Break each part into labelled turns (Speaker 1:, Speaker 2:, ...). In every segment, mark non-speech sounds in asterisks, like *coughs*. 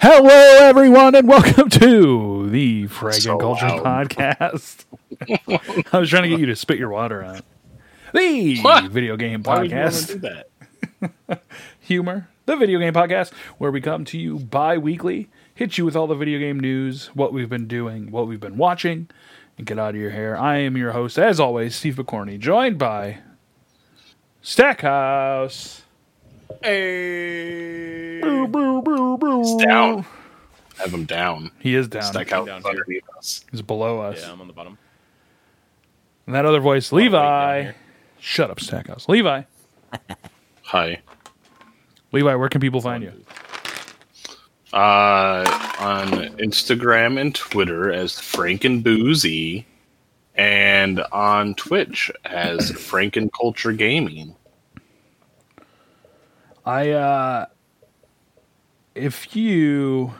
Speaker 1: Hello, everyone, and welcome to the Fragrant
Speaker 2: So
Speaker 1: Culture
Speaker 2: loud.
Speaker 1: Podcast. *laughs* I was trying to get you to spit your water out. The
Speaker 2: What?
Speaker 1: video game
Speaker 2: Why would you want to
Speaker 1: podcast,
Speaker 2: do that?
Speaker 1: humor, the video game podcast, where we come to you bi weekly, hit you with all the video game news, what we've been doing, what we've been watching, and get out of your hair. I am your host, as always, Steve McCorney, joined by Stackhouse.
Speaker 3: Hey.
Speaker 1: Boo, boo, boo, boo.
Speaker 2: It's down. Have him down.
Speaker 1: He is down.
Speaker 2: Stack out
Speaker 3: down here.
Speaker 2: underneath us.
Speaker 1: He's below us.
Speaker 3: Yeah, I'm on the bottom.
Speaker 1: And that other voice,
Speaker 3: down
Speaker 1: Levi.
Speaker 3: here.
Speaker 1: Shut up, Stackhouse. Levi.
Speaker 2: Hi.
Speaker 1: Levi, where can people find you?
Speaker 2: Uh, on Instagram and Twitter as Frank and Boozy, and on Twitch
Speaker 1: *coughs*
Speaker 2: as Frank and Culture Gaming. *laughs*
Speaker 1: I uh if you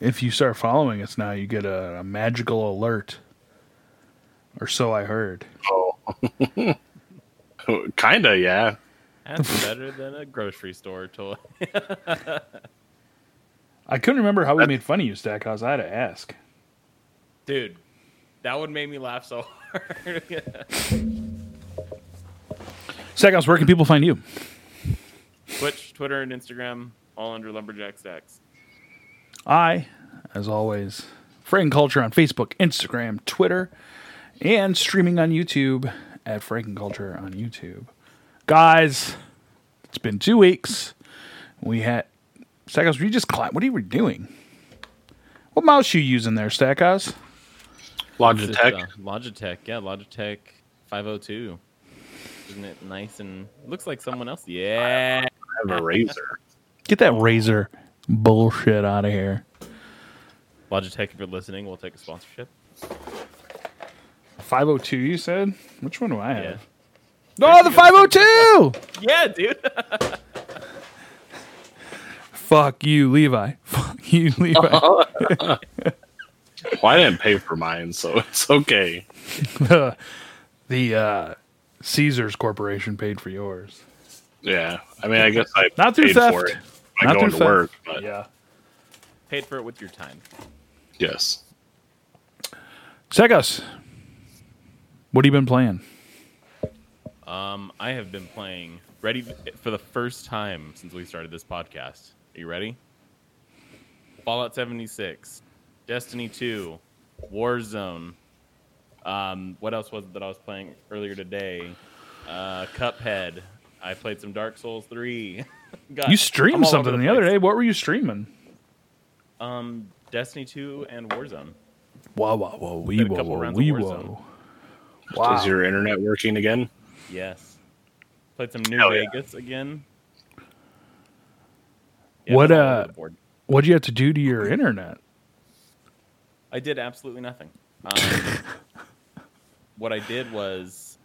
Speaker 1: if you start following us now, you get a, a magical alert. Or so I heard.
Speaker 2: Oh, kinda, yeah.
Speaker 3: That's better than a grocery store toy. *laughs*
Speaker 1: I couldn't remember how we made fun of you, Stackhouse. I had to ask.
Speaker 3: Dude, that would make me laugh so *laughs* hard. *laughs*
Speaker 1: Stackhouse, where can people find you?
Speaker 3: Twitch, Twitter, and Instagram, all under Lumberjack Stacks.
Speaker 1: I, as always, Frank Culture on Facebook, Instagram, Twitter, and streaming on YouTube at Franken Culture on YouTube. Guys, it's been two weeks. We had Stackhouse. Were you just climb? What are you doing? What mouse you using there, Stackhouse?
Speaker 2: Logitech.
Speaker 3: uh, Logitech, yeah, Logitech 502. Isn't it nice and looks like someone else? Yeah.
Speaker 2: I have a razor.
Speaker 1: Get that razor bullshit out of here.
Speaker 3: Logitech, if you're listening, we'll take a sponsorship.
Speaker 1: Five hundred two. You said which one do I
Speaker 3: Yeah.
Speaker 1: have? Oh, the five hundred two.
Speaker 3: Yeah, dude. *laughs*
Speaker 1: Fuck you, Levi. Fuck you, *laughs* Levi.
Speaker 2: Well, I didn't pay for mine, so *laughs* it's okay.
Speaker 1: the the uh, Caesars Corporation paid for yours.
Speaker 2: Yeah. I mean, I guess I
Speaker 1: Not through
Speaker 2: paid
Speaker 1: theft.
Speaker 2: for it by
Speaker 1: Not
Speaker 2: going
Speaker 1: through
Speaker 2: to
Speaker 1: theft.
Speaker 2: work, but
Speaker 1: Yeah.
Speaker 3: Paid for it with your time.
Speaker 2: yes.
Speaker 1: Check us. What have you been playing?
Speaker 3: Um, I have been playing ready for the first time since we started this podcast. Are you ready? Fallout 76, Destiny 2, Warzone. Um, what else was it that I was playing earlier today? Uh, Cuphead. I played some Dark Souls *laughs* 3. God,
Speaker 1: You
Speaker 3: I'm
Speaker 1: streamed
Speaker 3: all
Speaker 1: something
Speaker 3: over
Speaker 1: the, other
Speaker 3: place.
Speaker 1: day. What were you streaming?
Speaker 3: Um, Destiny 2 and Warzone.
Speaker 1: Wow, wow, wow, wee,
Speaker 3: Did a
Speaker 1: wow,
Speaker 3: couple
Speaker 1: wow,
Speaker 3: rounds of
Speaker 1: wee,
Speaker 3: Warzone.
Speaker 1: wow. Wow.
Speaker 2: Is your internet working again?
Speaker 3: Yes. Played some New
Speaker 2: Hell yeah.
Speaker 3: Vegas again.
Speaker 1: What,
Speaker 3: I'm all over
Speaker 1: uh,
Speaker 3: the board.
Speaker 1: What'd you have to do to your internet?
Speaker 3: I did absolutely nothing.
Speaker 2: *laughs*
Speaker 3: Um, what I did was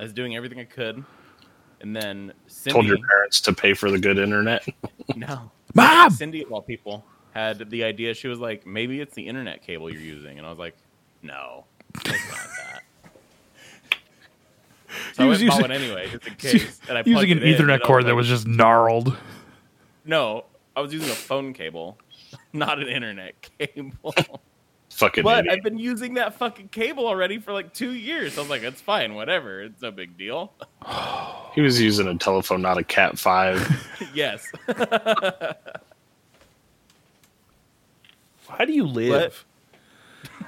Speaker 3: I was doing everything I could, and then Cindy.
Speaker 2: Told your parents to pay for the good internet. *laughs*
Speaker 3: no,
Speaker 1: *laughs* Mom!
Speaker 3: Cindy of all people had the idea. She was like, "Maybe it's the internet cable you're using," and I was like, "No, it's not that." So
Speaker 1: He
Speaker 3: I
Speaker 1: was
Speaker 3: went and bought
Speaker 1: using-
Speaker 3: one anyway,
Speaker 1: *laughs*
Speaker 3: just in case. And I plugged
Speaker 1: Using an
Speaker 3: it in, and I
Speaker 1: Ethernet cord that
Speaker 3: like-
Speaker 1: was just gnarled.
Speaker 3: no. I was using a phone cable, *laughs* not an internet
Speaker 1: *laughs*
Speaker 3: cable.
Speaker 2: *laughs* Fucking
Speaker 3: But
Speaker 2: idiot.
Speaker 3: I've been using that fucking cable already for like two years. I was like, it's fine, whatever. It's no big deal. *laughs*
Speaker 2: He was using a telephone, not a
Speaker 1: *laughs*
Speaker 2: Cat Five.
Speaker 3: yes. *laughs*
Speaker 1: How do you live?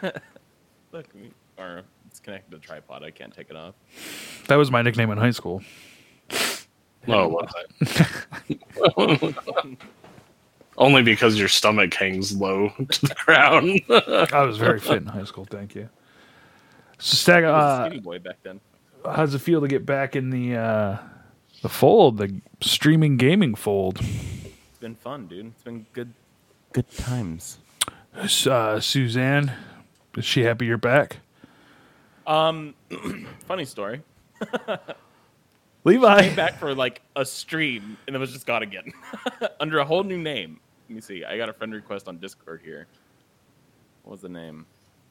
Speaker 3: Look, we- or it's connected to the tripod. I can't take it off.
Speaker 1: That was my nickname in high school.
Speaker 2: No, it wasn't. *laughs* Only because your stomach hangs low *laughs* to the *laughs* ground.
Speaker 1: I was
Speaker 3: *laughs*
Speaker 1: very fit in high school. Thank you. So, Stag,
Speaker 3: I was
Speaker 1: uh,
Speaker 3: a skinny boy back then.
Speaker 1: how's it feel to get back in the uh, the fold, the streaming gaming fold?
Speaker 3: It's been fun, dude. It's been good. Good times.
Speaker 1: uh, Suzanne, is she happy you're back?
Speaker 3: Um, funny story.
Speaker 1: Levi,
Speaker 3: Came back for like a stream and then was just gone again *laughs* under a whole new name. Let me see. I got a friend request on Discord here. What was the name?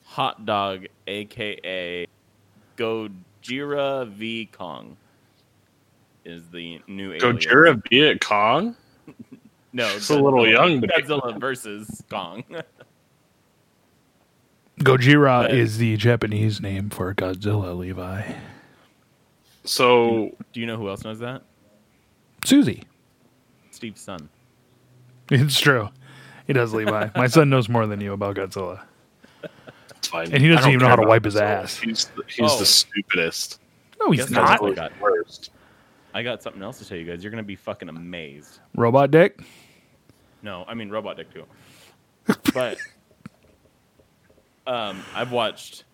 Speaker 3: Hot Dog, aka Gojira V Kong, is the new alias.
Speaker 2: Gojira Viet Cong?
Speaker 3: No,
Speaker 2: It's a little
Speaker 3: Godzilla-
Speaker 2: young, but-
Speaker 3: *laughs* Godzilla versus Kong. *laughs*
Speaker 1: Gojira
Speaker 3: Yeah.
Speaker 1: is the Japanese name for Godzilla, Levi.
Speaker 2: So
Speaker 3: Do you know who else knows that?
Speaker 1: Susie.
Speaker 3: Steve's son.
Speaker 1: It's true. He does, Levi. My son knows more than you about Godzilla.
Speaker 2: it's fine.
Speaker 1: And he doesn't
Speaker 2: I don't
Speaker 1: even know
Speaker 2: care
Speaker 1: how to
Speaker 2: about
Speaker 1: wipe his
Speaker 2: Godzilla.
Speaker 1: ass.
Speaker 2: He's the, he's
Speaker 3: Oh.
Speaker 2: the stupidest.
Speaker 1: No, he's
Speaker 3: Guess
Speaker 1: not.
Speaker 3: Godzilla-
Speaker 2: He's the worst.
Speaker 3: I got something else to tell you guys. You're gonna be fucking amazed.
Speaker 1: Robot dick.
Speaker 3: No, I mean robot dick too. But um, I've watched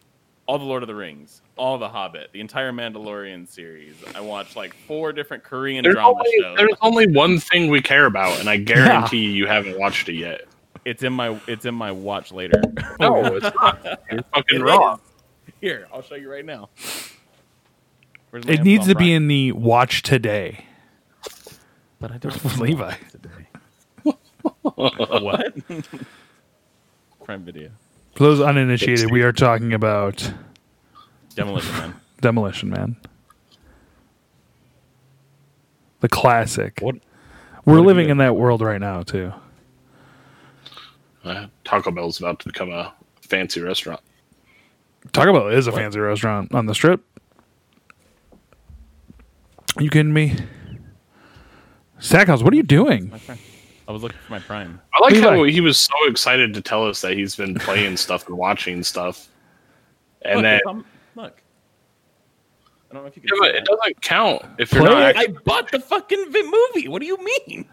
Speaker 3: all the Lord of the Rings, all the Hobbit, the entire Mandalorian series. I watched like four different Korean
Speaker 2: There's
Speaker 3: drama
Speaker 2: only,
Speaker 3: shows.
Speaker 2: there's only one thing we care
Speaker 1: *laughs*
Speaker 2: about, and I guarantee you, you haven't watched it yet.
Speaker 3: It's in my it's in my watch later. *laughs*
Speaker 1: *laughs*
Speaker 2: No, it's not. You're fucking
Speaker 3: It
Speaker 2: wrong.
Speaker 3: is. Here, I'll show you right now. Where's my
Speaker 1: It
Speaker 3: Amazon
Speaker 1: needs to be
Speaker 3: Prime?
Speaker 1: in the watch today.
Speaker 3: but I don't
Speaker 1: Levi.
Speaker 2: *laughs*
Speaker 3: what? Prime Video,
Speaker 1: For those uninitiated, we are talking about
Speaker 3: Demolition Man.
Speaker 1: Demolition Man. The classic.
Speaker 3: What-
Speaker 1: We're
Speaker 3: what a
Speaker 1: living
Speaker 3: good-
Speaker 1: in that world right now, too.
Speaker 2: Uh, Taco Bell's about to become a fancy restaurant.
Speaker 1: Taco Bell is a fancy restaurant on the strip. you kidding me? Stackhouse, what are you doing?
Speaker 3: My Prime. I was looking for my Prime.
Speaker 2: I like
Speaker 1: Levi.
Speaker 2: how he was so excited to tell us that he's been *laughs* playing stuff and watching stuff, and
Speaker 3: look,
Speaker 2: then
Speaker 3: it's on- look. I don't know if you can.
Speaker 2: Yeah,
Speaker 3: see
Speaker 2: but
Speaker 3: that.
Speaker 2: it doesn't count if you're
Speaker 1: Play
Speaker 2: not.
Speaker 1: it.
Speaker 2: Actually,
Speaker 3: I bought the fucking vi- movie. What do you mean?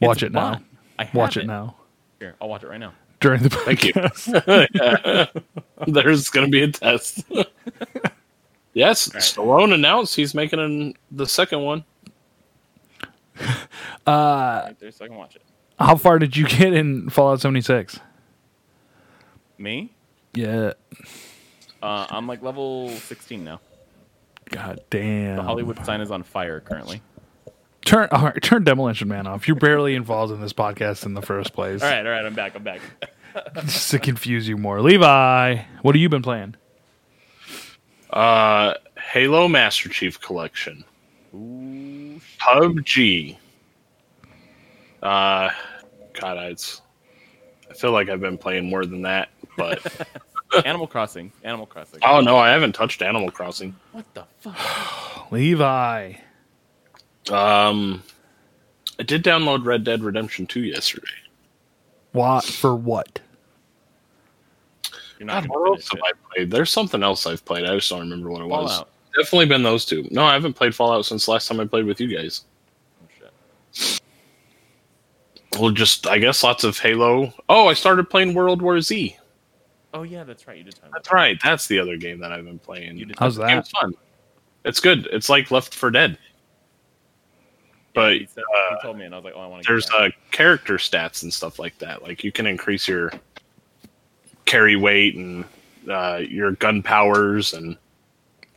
Speaker 1: Watch
Speaker 3: It's
Speaker 1: it now.
Speaker 3: bought. I have
Speaker 1: Watch it now.
Speaker 3: Here, I'll watch it right now.
Speaker 1: During the
Speaker 2: Thank you.
Speaker 1: podcast. *laughs*
Speaker 2: *laughs* There's going to be a test. *laughs* yes,
Speaker 3: All right.
Speaker 2: Stallone announced he's making an, the second one. Uh,
Speaker 3: Right there, so I can watch it.
Speaker 1: How far did you get in Fallout 76?
Speaker 3: Me?
Speaker 1: Yeah.
Speaker 3: Uh, I'm like level 16 now.
Speaker 1: God damn.
Speaker 3: The Hollywood sign is on fire currently.
Speaker 1: Turn all right, turn Demolition Man off. You're barely involved in this podcast in the first place.
Speaker 3: All right, all right, I'm back. I'm back. *laughs*
Speaker 1: Just to confuse you more. Levi, what have you been playing?
Speaker 2: Uh, Halo Master Chief Collection,
Speaker 3: Ooh, sh-
Speaker 2: PUBG. Uh, God, I, it's, I feel like I've been playing more than that, *laughs* but
Speaker 3: Animal Crossing. Animal Crossing.
Speaker 2: oh no, I haven't touched Animal Crossing.
Speaker 3: What the fuck?
Speaker 1: Levi.
Speaker 2: Um, I did download Red Dead Redemption 2 yesterday.
Speaker 1: What for what?
Speaker 3: You're
Speaker 2: God,
Speaker 3: not
Speaker 2: what
Speaker 3: going
Speaker 2: else have I played? There's something else I've played. I just don't remember what it was.
Speaker 3: Fallout.
Speaker 2: Definitely been those two. No, I haven't played Fallout since last time I played with you guys.
Speaker 3: Oh, shit.
Speaker 2: Well, just I guess lots of Halo. Oh, I started playing World War Z.
Speaker 3: Oh, yeah, that's right. You did. tell me.
Speaker 2: That's right. That's the other game that I've been playing.
Speaker 3: You did.
Speaker 1: How's
Speaker 2: It was
Speaker 1: that?
Speaker 2: fun. It's good. It's like Left for Dead. But uh,
Speaker 3: He, said, he told me, and I was like, oh, I want to.
Speaker 2: there's uh, character stats and stuff like that. Like you can increase your carry weight and uh, your gun powers, and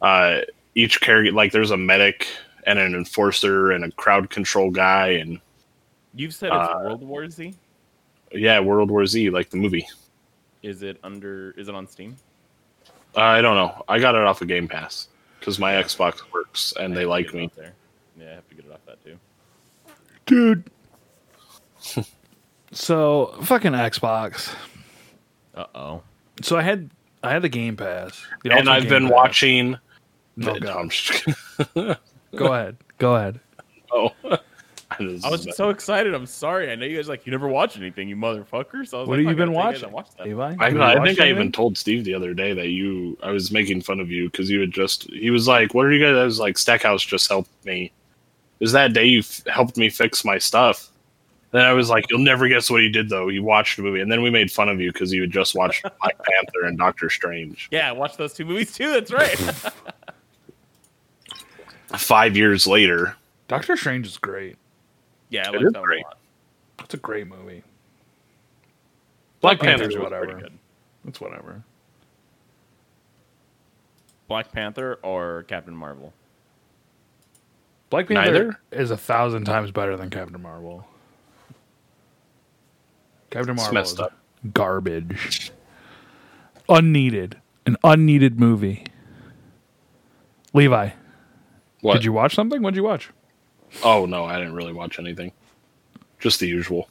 Speaker 2: uh, each carry like there's a medic and an enforcer and a crowd control guy, and
Speaker 3: You've said it's
Speaker 2: uh,
Speaker 3: World War Z.
Speaker 2: yeah, World War Z, like the movie.
Speaker 3: Is it under? Is it on Steam?
Speaker 2: Uh, I don't know. I got it off of Game Pass because my Xbox works and
Speaker 3: I
Speaker 2: they
Speaker 3: have to
Speaker 2: like
Speaker 3: get it
Speaker 2: me.
Speaker 3: off There. Yeah, I have to get it off that too.
Speaker 1: Dude. *laughs* so fucking Xbox.
Speaker 3: Uh oh.
Speaker 1: So I had I had the Game Pass. The
Speaker 2: And
Speaker 1: Ultimate
Speaker 2: I've
Speaker 1: Game
Speaker 2: been
Speaker 1: Pass.
Speaker 2: watching.
Speaker 1: Oh,
Speaker 2: *laughs* No,
Speaker 1: God.
Speaker 2: I'm just kidding.
Speaker 1: Go ahead. Go ahead.
Speaker 2: Oh. *laughs*
Speaker 3: I was so excited. I'm sorry. I know you guys like you never watch anything, you motherfuckers. So I was
Speaker 1: What
Speaker 3: like,
Speaker 1: have you
Speaker 3: "Fuck, I
Speaker 1: been
Speaker 3: gotta tell
Speaker 1: watching?
Speaker 3: you guys I watched that.
Speaker 1: Levi?
Speaker 2: I,
Speaker 1: Have you
Speaker 2: I
Speaker 1: watched
Speaker 2: think I even
Speaker 1: anything?
Speaker 2: told Steve the other day that you, I was making fun of you because you had just, he was like, what are you guys, I was like, Stackhouse just helped me. It was that day you f- helped me fix my stuff. Then I was like, you'll never guess what he did though. He watched a movie. And then we made fun of you because you had
Speaker 1: *laughs*
Speaker 2: just watched Black Panther and Doctor Strange.
Speaker 3: Yeah, I watched those two movies too.
Speaker 1: *laughs*
Speaker 3: That's right. *laughs*
Speaker 2: Five years later,
Speaker 1: Doctor Strange is great.
Speaker 3: yeah, I
Speaker 2: It
Speaker 3: liked
Speaker 2: is
Speaker 3: that one a
Speaker 2: great.
Speaker 3: lot.
Speaker 1: That's a great movie.
Speaker 2: Black
Speaker 1: Panther's
Speaker 2: Panther's
Speaker 1: what
Speaker 2: what
Speaker 1: I-
Speaker 2: I
Speaker 3: Pretty
Speaker 1: Whatever.
Speaker 3: good.
Speaker 1: It's whatever.
Speaker 3: Black Panther or Captain Marvel?
Speaker 1: Black Panther
Speaker 2: Neither?
Speaker 1: is a thousand times better than Captain Marvel. Captain
Speaker 2: It's
Speaker 1: Marvel
Speaker 2: messed
Speaker 1: is
Speaker 2: up.
Speaker 1: garbage. Unneeded. An unneeded movie. Levi,
Speaker 2: What?
Speaker 1: did you watch something? What'd you watch?
Speaker 2: Oh no, I didn't really watch anything. Just the usual.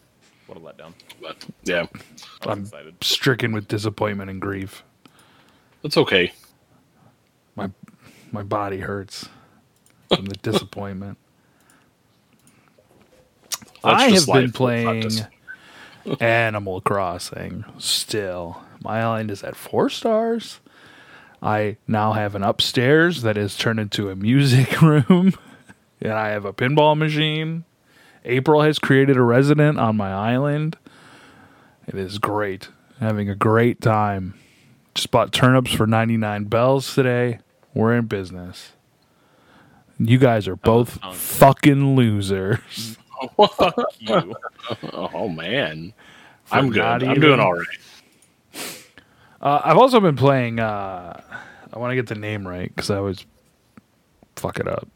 Speaker 3: What a letdown.
Speaker 2: But yeah,
Speaker 3: I was
Speaker 1: I'm-
Speaker 3: excited.
Speaker 1: stricken with disappointment and grief.
Speaker 2: that's okay.
Speaker 1: My my body hurts from *laughs* the disappointment.
Speaker 2: That's
Speaker 1: I have
Speaker 2: just
Speaker 1: been
Speaker 2: life. It's not
Speaker 1: playing
Speaker 2: just-
Speaker 1: Animal Crossing still. My island is at four stars. I now have an upstairs that is turned into a music *laughs* room, and I have a pinball machine. April has created a resident on my island. It is great. Having a great time. Just bought turnips for 99 bells today. We're in business. You guys are both
Speaker 3: Oh, sounds good.
Speaker 1: fucking losers.
Speaker 3: You.
Speaker 2: Oh man, I'm good.
Speaker 1: not
Speaker 2: I'm
Speaker 1: even-
Speaker 2: doing all right.
Speaker 1: Uh, I've also been playing. Uh, I want to get the name right because I always fuck it up.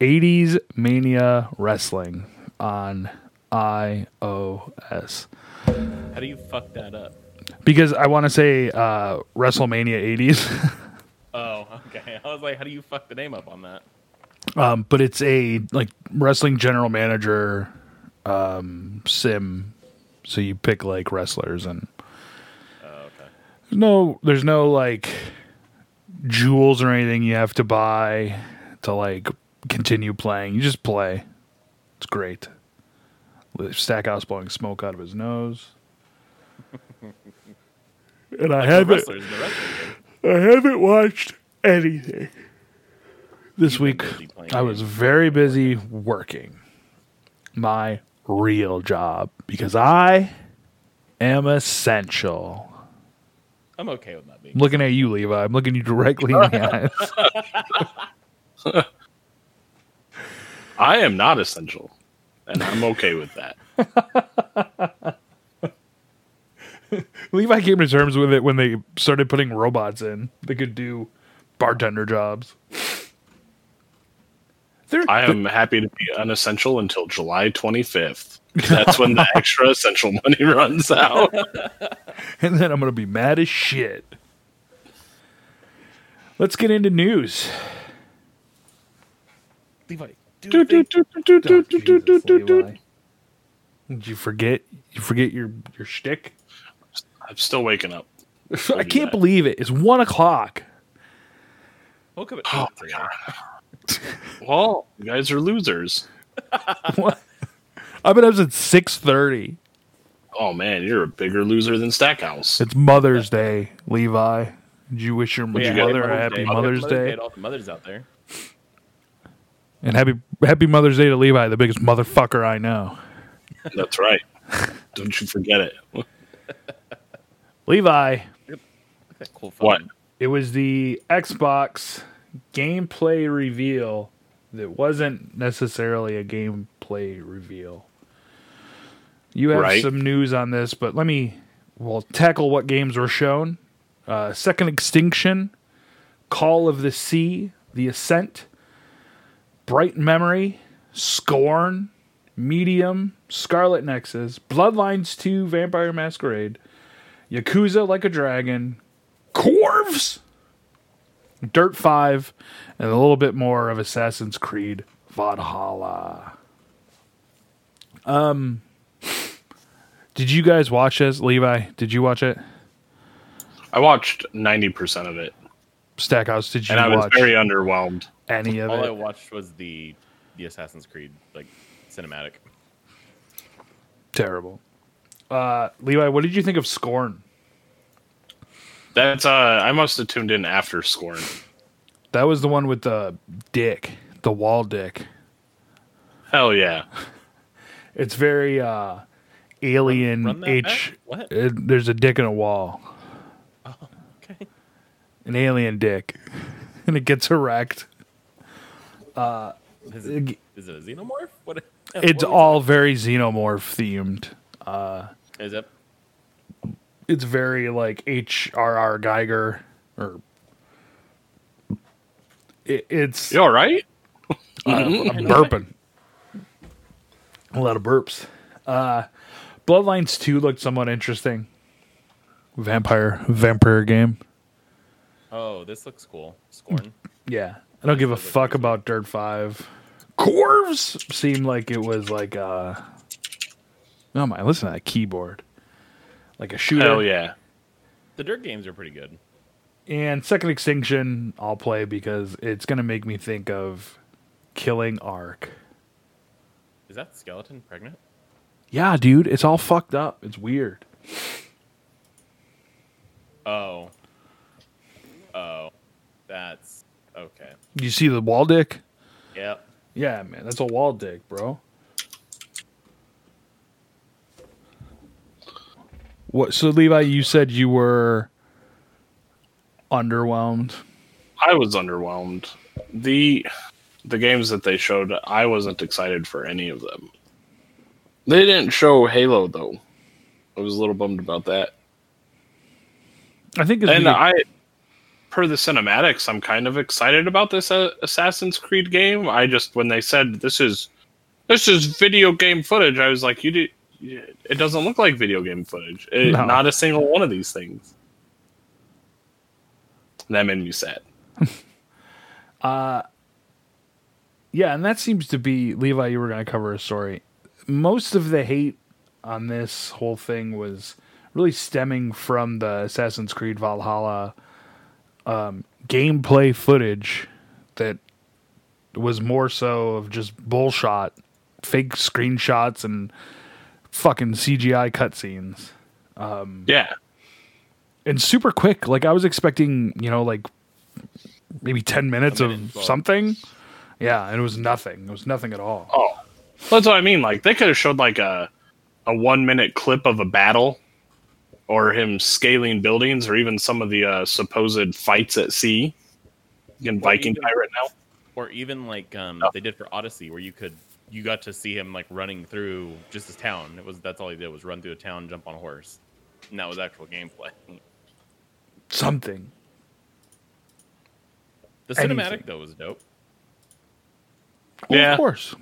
Speaker 1: 80s Mania Wrestling on iOS
Speaker 3: How do you fuck that up?
Speaker 1: because I want to say uh, WrestleMania *laughs* 80s,
Speaker 3: Oh, okay. *laughs* I was like, how do you fuck the name up on that?
Speaker 1: um, but it's a like wrestling general manager um, sim. So you pick like wrestlers and
Speaker 3: Oh, okay.
Speaker 1: There's no there's no like jewels or anything you have to buy to like continue playing. You just play. It's great. Stackhouse blowing smoke out of his
Speaker 3: *laughs*
Speaker 1: nose. and I
Speaker 3: The
Speaker 1: haven't
Speaker 3: wrestlers, the wrestlers.
Speaker 1: I haven't watched anything. This week
Speaker 3: busy playing
Speaker 1: I was very busy working my real job because I am essential.
Speaker 3: I'm okay with that being.
Speaker 1: I'm looking at you, Levi. I'm looking you directly in
Speaker 2: *laughs*
Speaker 1: the eyes.
Speaker 2: I am not essential, and I'm okay with that.
Speaker 1: Levi came to terms with it when they started putting robots in that could do bartender jobs. They're,
Speaker 2: I am happy to be unessential until July 25th. That's
Speaker 1: *laughs*
Speaker 2: when the extra essential money *laughs* runs out.
Speaker 1: *laughs* and then I'm going to be mad as shit. Let's get into news.
Speaker 3: Levi, do
Speaker 2: Do,
Speaker 3: the
Speaker 2: do,
Speaker 3: thing.
Speaker 2: do, do, do, do, do, do, do, do.
Speaker 1: Did you forget? You forget your your shtick?
Speaker 2: I'm still waking up.
Speaker 1: *laughs* I
Speaker 2: do
Speaker 1: can't
Speaker 2: that.
Speaker 1: believe it. It's one o'clock. *laughs*
Speaker 3: Woke up at
Speaker 2: Oh,
Speaker 3: eight today.
Speaker 1: *laughs*
Speaker 2: Well, you guys are losers.
Speaker 1: What? I've been up since six thirty.
Speaker 2: Oh man, you're a bigger loser
Speaker 1: *laughs*
Speaker 2: than Stackhouse.
Speaker 1: It's Mother's Day, Levi. Did you wish your
Speaker 3: Yeah,
Speaker 2: get
Speaker 1: mother a
Speaker 3: Mother's
Speaker 1: happy
Speaker 3: Day.
Speaker 1: Mother's Day?
Speaker 3: to all the mothers out there.
Speaker 1: And happy happy Mother's Day to Levi, the biggest motherfucker I know.
Speaker 2: That's right. Don't you
Speaker 1: *laughs*
Speaker 2: forget it.
Speaker 1: Um, Levi,
Speaker 3: Look at that cool
Speaker 2: What?
Speaker 3: phone.
Speaker 1: it was the Xbox gameplay reveal that wasn't necessarily a gameplay reveal. You have
Speaker 2: Right.
Speaker 1: some news on this, but let me we'll tackle what games were shown. Uh, Second Extinction, Call of the Sea, The Ascent, Bright Memory, Scorn, Medium, Scarlet Nexus, Bloodlines 2, Vampire Masquerade, Yakuza Like a Dragon, Corvs, Dirt 5, and a little bit more of Assassin's Creed Valhalla. Um, did you guys watch this, Levi? Did you watch it?
Speaker 2: I watched 90% of it,
Speaker 1: Stackhouse, did you
Speaker 2: and I was
Speaker 1: watch
Speaker 2: very underwhelmed.
Speaker 1: any of
Speaker 3: All I
Speaker 1: it?
Speaker 3: watched was the the Assassin's Creed like cinematic.
Speaker 1: Terrible. Uh, Levi, what did you think of Scorn?
Speaker 2: That's uh, I must have tuned in after Scorn.
Speaker 1: That was the one with the dick, the wall dick.
Speaker 2: Hell yeah.
Speaker 1: It's very uh, alien
Speaker 3: Run that
Speaker 1: H.
Speaker 3: back? What?
Speaker 1: it- there's a dick in a wall,
Speaker 3: Okay.
Speaker 1: an alien dick, *laughs* and it gets erect.
Speaker 3: Uh, Is it, is it a *laughs* xenomorph? What?
Speaker 1: It's
Speaker 3: what
Speaker 1: all very xenomorph themed.
Speaker 3: Is it?
Speaker 1: It's very like H.R.R. Geiger or. It, it's
Speaker 2: You all right?
Speaker 1: I'm burping. A lot of burps. Uh, Bloodlines 2 looked somewhat interesting. Vampire vampire game.
Speaker 3: Oh, this looks cool. Scorn.
Speaker 1: Yeah. I don't give a fuck about Dirt 5. Corvs seemed like it was like uh Oh my, listen to that keyboard. Like a shooter.
Speaker 2: Hell yeah.
Speaker 3: The dirt games are pretty good.
Speaker 1: And Second Extinction I'll play because it's gonna make me think of killing Ark.
Speaker 3: Is that skeleton pregnant?
Speaker 1: Yeah, dude, it's all fucked up. It's weird.
Speaker 3: Oh. Oh. That's okay.
Speaker 1: You see the wall dick?
Speaker 3: Yep.
Speaker 1: Yeah, man, that's a wall dick, bro. What? So Levi, you said you were underwhelmed.
Speaker 2: I was underwhelmed. The the games that they showed, I wasn't excited for any of them. They didn't show Halo though. I was a little bummed about that.
Speaker 1: I think it's
Speaker 2: And
Speaker 1: because-
Speaker 2: I per the cinematics, I'm kind of excited about this uh, Assassin's Creed game. I just when they said this is this is video game footage, I was like, you do it doesn't look like video game footage. It-
Speaker 1: No.
Speaker 2: Not a single one of these things. And that made me sad.
Speaker 1: yeah, and that seems to be Levi. You were going to cover a story. Most of the hate on this whole thing was really stemming from the Assassin's Creed Valhalla um, gameplay footage that was more so of just bullshot, fake screenshots, and fucking CGI cutscenes
Speaker 2: Yeah.
Speaker 1: and super quick. Like I was expecting, you know, like maybe ten minutes
Speaker 3: A minute and
Speaker 1: of
Speaker 3: twelve.
Speaker 1: something. Yeah, and it was nothing. It was nothing at all.
Speaker 2: Oh, that's what I mean. Like they could have showed like a a one minute clip of a battle, or him scaling buildings, or even some of the uh, supposed fights at sea. Again, Viking
Speaker 3: even-
Speaker 2: pirate now.
Speaker 3: Or even like um
Speaker 1: Oh.
Speaker 3: they did for Odyssey where you could you got to see him like running through just his town. It was that's all he did was run through a town, jump on a horse. And that was actual gameplay.
Speaker 1: Something.
Speaker 3: The
Speaker 1: Anything.
Speaker 3: cinematic though was dope.
Speaker 1: Well,
Speaker 2: Yeah.
Speaker 1: Of course.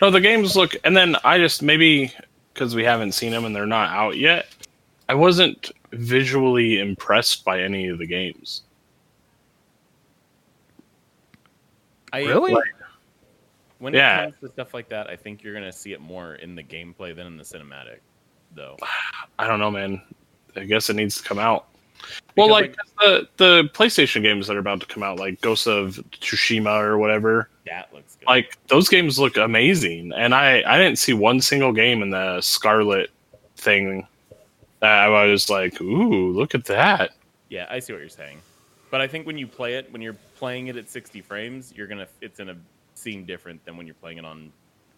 Speaker 2: No, the games look, and then I just maybe because we haven't seen them and they're not out yet. I wasn't visually impressed by any of the games.
Speaker 3: I
Speaker 1: Really?
Speaker 2: Like,
Speaker 3: when
Speaker 2: Yeah.
Speaker 3: it comes to stuff like that, I think you're gonna see it more in the gameplay than in the cinematic though.
Speaker 2: I don't know, man. I guess it needs to come out.
Speaker 3: Because,
Speaker 2: well, like, the the PlayStation games that are about to come out, like Ghost of Tsushima or whatever.
Speaker 3: That looks good.
Speaker 2: like those games look amazing and i i didn't see one single game in the scarlet thing that i was like ooh look at that
Speaker 3: Yeah, I see what you're saying. But I think when you play it, when you're playing it at 60 frames, you're gonna it's gonna seem different than when you're playing it on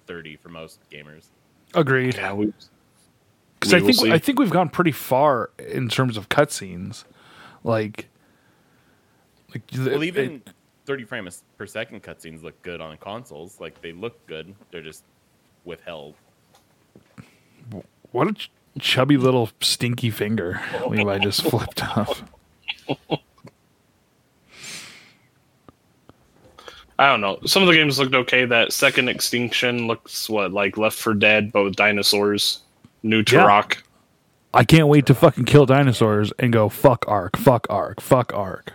Speaker 3: 30 for most gamers.
Speaker 1: Agreed.
Speaker 2: yeah we,
Speaker 1: Because
Speaker 2: we
Speaker 1: I
Speaker 2: will
Speaker 1: think
Speaker 2: see.
Speaker 1: I think we've gone pretty far in terms of cutscenes. Like, like the-
Speaker 3: Well, even
Speaker 1: it-
Speaker 3: 30 frames per second cutscenes look good on consoles. Like they look good. They're just withheld.
Speaker 1: what a ch- chubby little stinky finger Levi just flipped off.
Speaker 2: i don't know some of the games looked okay that second extinction looks what like left for dead but with dinosaurs new
Speaker 1: Yeah.
Speaker 2: turok
Speaker 1: I can't wait to fucking kill dinosaurs and go fuck Ark, fuck Ark, fuck Ark.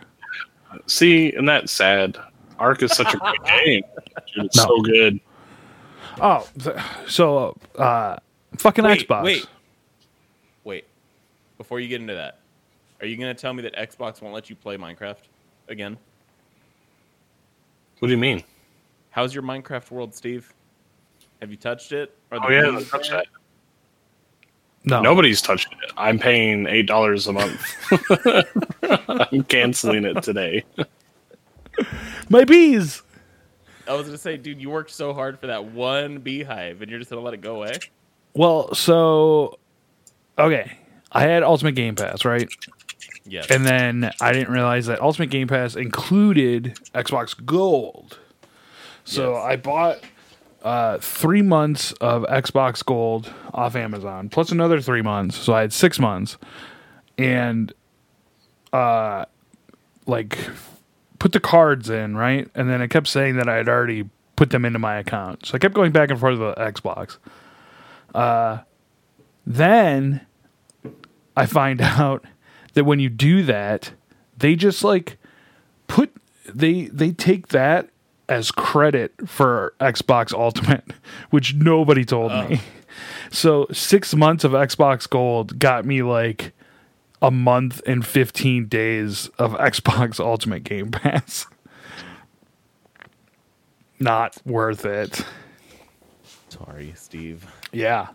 Speaker 2: see and that's sad ark is such a *laughs* great game Dude, it's
Speaker 1: No.
Speaker 2: so good
Speaker 1: Oh, th- so uh, fucking Xbox.
Speaker 3: Wait, wait. Before you get into that, are you gonna tell me that Xbox won't let you play Minecraft again?
Speaker 2: what do you mean
Speaker 3: How's your Minecraft world, Steve? Have you touched it? Are the
Speaker 2: oh yeah
Speaker 3: buildings
Speaker 2: touch
Speaker 3: there?
Speaker 2: that.
Speaker 1: No,
Speaker 2: nobody's touched it i'm paying eight dollars a month *laughs* i'm canceling it today
Speaker 1: my bees.
Speaker 3: I was gonna say, dude, you worked so hard for that one beehive, and you're just gonna let it go away.
Speaker 1: Well, so okay, I had Ultimate Game Pass, right?
Speaker 3: Yes.
Speaker 1: And then I didn't realize that Ultimate Game Pass included Xbox Gold. So
Speaker 3: Yes.
Speaker 1: I bought uh, three months of Xbox Gold off Amazon, plus another three months. So I had six months. And uh, like put the cards in, right? And then it kept saying that I had already put them into my account. So I kept going back and forth with Xbox. Uh, then I find *laughs* out that when you do that, they just like put they they take that as credit for Xbox Ultimate, *laughs* which nobody told me. *laughs* So six months of Xbox Gold got me like a month and 15 days of *laughs* Xbox Ultimate Game Pass. *laughs* Not worth it.
Speaker 3: Sorry, Steve.
Speaker 1: Yeah.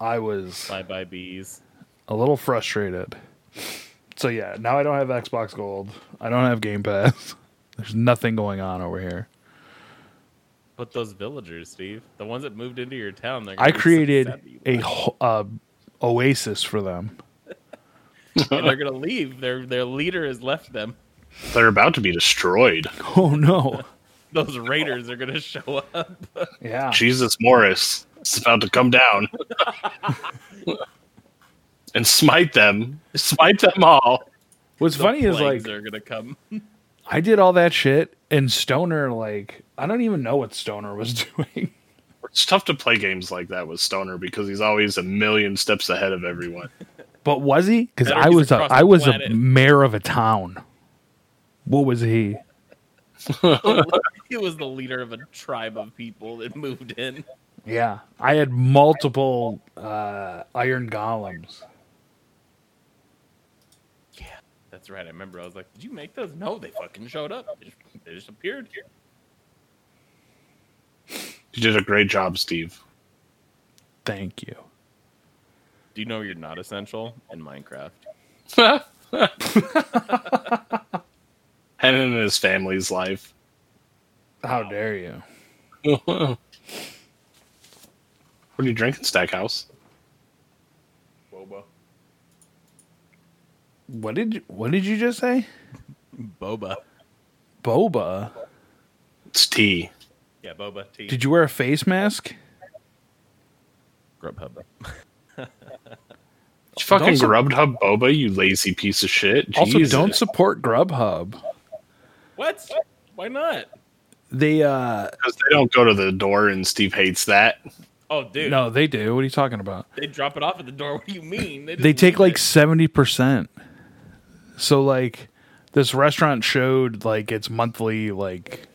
Speaker 1: I was
Speaker 3: Bye bye, bees.
Speaker 1: a little frustrated. So yeah, now I don't have Xbox Gold. I don't have Game Pass. *laughs* There's nothing going on over here.
Speaker 3: But those villagers, Steve, the ones that moved into your town, they're gonna
Speaker 1: I
Speaker 3: be so
Speaker 1: created
Speaker 3: sad that you
Speaker 1: a
Speaker 3: left.
Speaker 1: ho- uh, oasis for them. *laughs*
Speaker 3: And *laughs* they're gonna leave. Their their leader has left them.
Speaker 2: They're about to be destroyed.
Speaker 1: Oh no!
Speaker 3: Those raiders are gonna show
Speaker 1: *laughs*
Speaker 3: up.
Speaker 1: Yeah,
Speaker 2: Jesus Morris is about to come
Speaker 1: *laughs*
Speaker 2: down and smite them. Smite them all.
Speaker 1: what's
Speaker 3: The
Speaker 1: funny is
Speaker 3: plagues
Speaker 1: like
Speaker 3: are
Speaker 1: *laughs*
Speaker 3: gonna come. *laughs*
Speaker 1: I did all that shit, and Stoner like I don't even know what Stoner was *laughs* doing.
Speaker 2: It's tough to play games like that with Stoner because he's always a million steps ahead of everyone.
Speaker 1: But was he? Because
Speaker 3: Better
Speaker 1: I
Speaker 3: he's
Speaker 1: was a
Speaker 3: across the
Speaker 1: I was a
Speaker 3: planet.
Speaker 1: mayor of a town. What was he?
Speaker 3: he was the leader of a tribe of people that moved in.
Speaker 1: Yeah, I had multiple uh, iron golems.
Speaker 3: That's right. I remember. I was like, "Did you make those?" No, they fucking showed up. They just, they just appeared here.
Speaker 2: You did a great job, Steve.
Speaker 1: Thank you.
Speaker 3: Do you know you're not essential in Minecraft?
Speaker 2: And in his family's life. *laughs*
Speaker 1: How dare you?
Speaker 2: what are you drinking, Stackhouse?
Speaker 3: Boba.
Speaker 1: What did you, what did you just say?
Speaker 3: Boba.
Speaker 1: Boba.
Speaker 2: It's tea.
Speaker 3: Yeah, Boba tea.
Speaker 1: Did you wear a face mask?
Speaker 3: Grubhub.
Speaker 2: You
Speaker 1: Don't
Speaker 2: fucking
Speaker 1: sup-
Speaker 2: Grubhub Boba, you lazy piece of shit.
Speaker 1: Also, don't
Speaker 2: Jesus.
Speaker 1: support Grubhub.
Speaker 3: What? Why not?
Speaker 1: They uh
Speaker 2: 'Cause they don't go to the door, and Steve hates that.
Speaker 3: Oh, dude.
Speaker 1: no, they do. What are you talking about?
Speaker 3: They drop it off at the door. *laughs* What do you mean? just
Speaker 1: They take
Speaker 3: leave
Speaker 1: like
Speaker 3: it.
Speaker 1: seventy percent. So like, this restaurant showed like its monthly like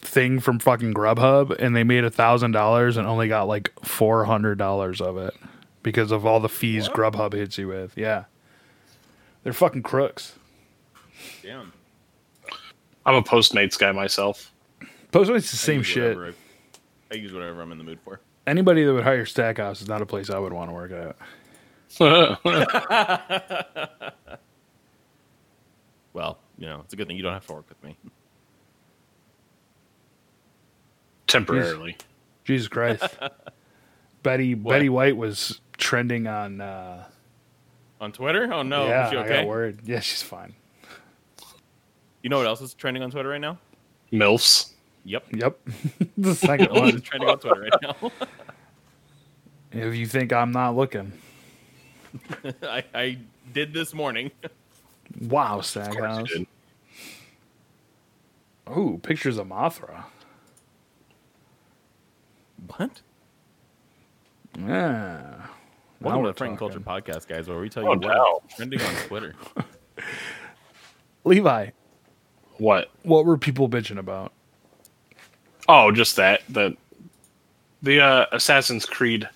Speaker 1: thing from fucking Grubhub, and they made a thousand dollars and only got like four hundred dollars of it because of all the fees Grubhub hits you with. Yeah, they're fucking crooks.
Speaker 3: Damn.
Speaker 2: I'm a Postmates guy myself.
Speaker 1: Postmates is the
Speaker 3: I
Speaker 1: same
Speaker 3: use
Speaker 1: shit.
Speaker 3: whatever I, I use whatever I'm in the mood for.
Speaker 1: Anybody that would hire Stackhouse is not a place I would want to work at.
Speaker 3: Well, you know, it's a good thing you don't have to work with me.
Speaker 2: Temporarily.
Speaker 1: Jesus
Speaker 3: *laughs*
Speaker 1: Christ. Betty Betty White was trending on uh
Speaker 3: On Twitter? Oh no,
Speaker 1: yeah,
Speaker 3: is she
Speaker 1: I got
Speaker 3: okay?
Speaker 1: worried. Yeah, she's fine.
Speaker 3: You know what else is trending on Twitter right now?
Speaker 2: MILFs.
Speaker 3: Yep. *laughs*
Speaker 1: Yep. *laughs* the second
Speaker 3: It's *laughs*
Speaker 1: one.
Speaker 3: trending on Twitter right now. *laughs*
Speaker 1: If you think I'm not looking.
Speaker 3: I, I did this morning.
Speaker 1: Wow,
Speaker 2: Of course you
Speaker 1: Stackhouse.
Speaker 2: did.
Speaker 1: Ooh, pictures of Mothra.
Speaker 3: *laughs* What?
Speaker 1: Yeah. Now
Speaker 3: Welcome to
Speaker 1: we're
Speaker 3: the Frank Culture
Speaker 1: talking.
Speaker 3: Podcast, guys, where we tell you
Speaker 2: Oh,
Speaker 3: what's trending on Twitter.
Speaker 1: Levi,
Speaker 2: What?
Speaker 1: what were people bitching about?
Speaker 2: Oh, just that. The the uh, Assassin's Creed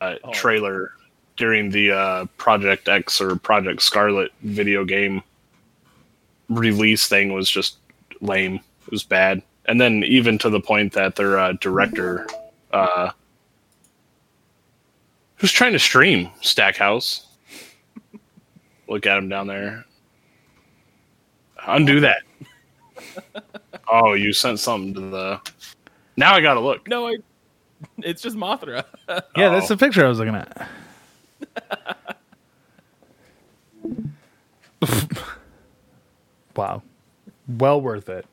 Speaker 2: uh,
Speaker 3: Oh.
Speaker 2: trailer during the uh, Project X or Project Scarlet video game release thing was just lame. It was bad, and then even to the point that their uh, director, uh, who's trying to stream Stackhouse, look at him down there. Undo that. Oh, you sent something to the. Now I gotta look.
Speaker 3: *laughs* No, I. It's just Mothra. *laughs*
Speaker 1: Yeah, that's
Speaker 2: Oh.
Speaker 1: the picture I was looking at. *laughs* wow. Well worth it.